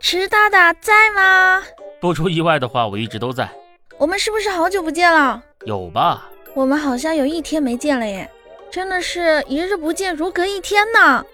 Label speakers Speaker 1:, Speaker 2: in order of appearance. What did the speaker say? Speaker 1: 池大大在吗？
Speaker 2: 不出意外的话，我一直都在。
Speaker 1: 我们是不是好久不见了？
Speaker 2: 有吧？
Speaker 1: 我们好像有一天没见了耶，真的是一日不见如隔一天呢。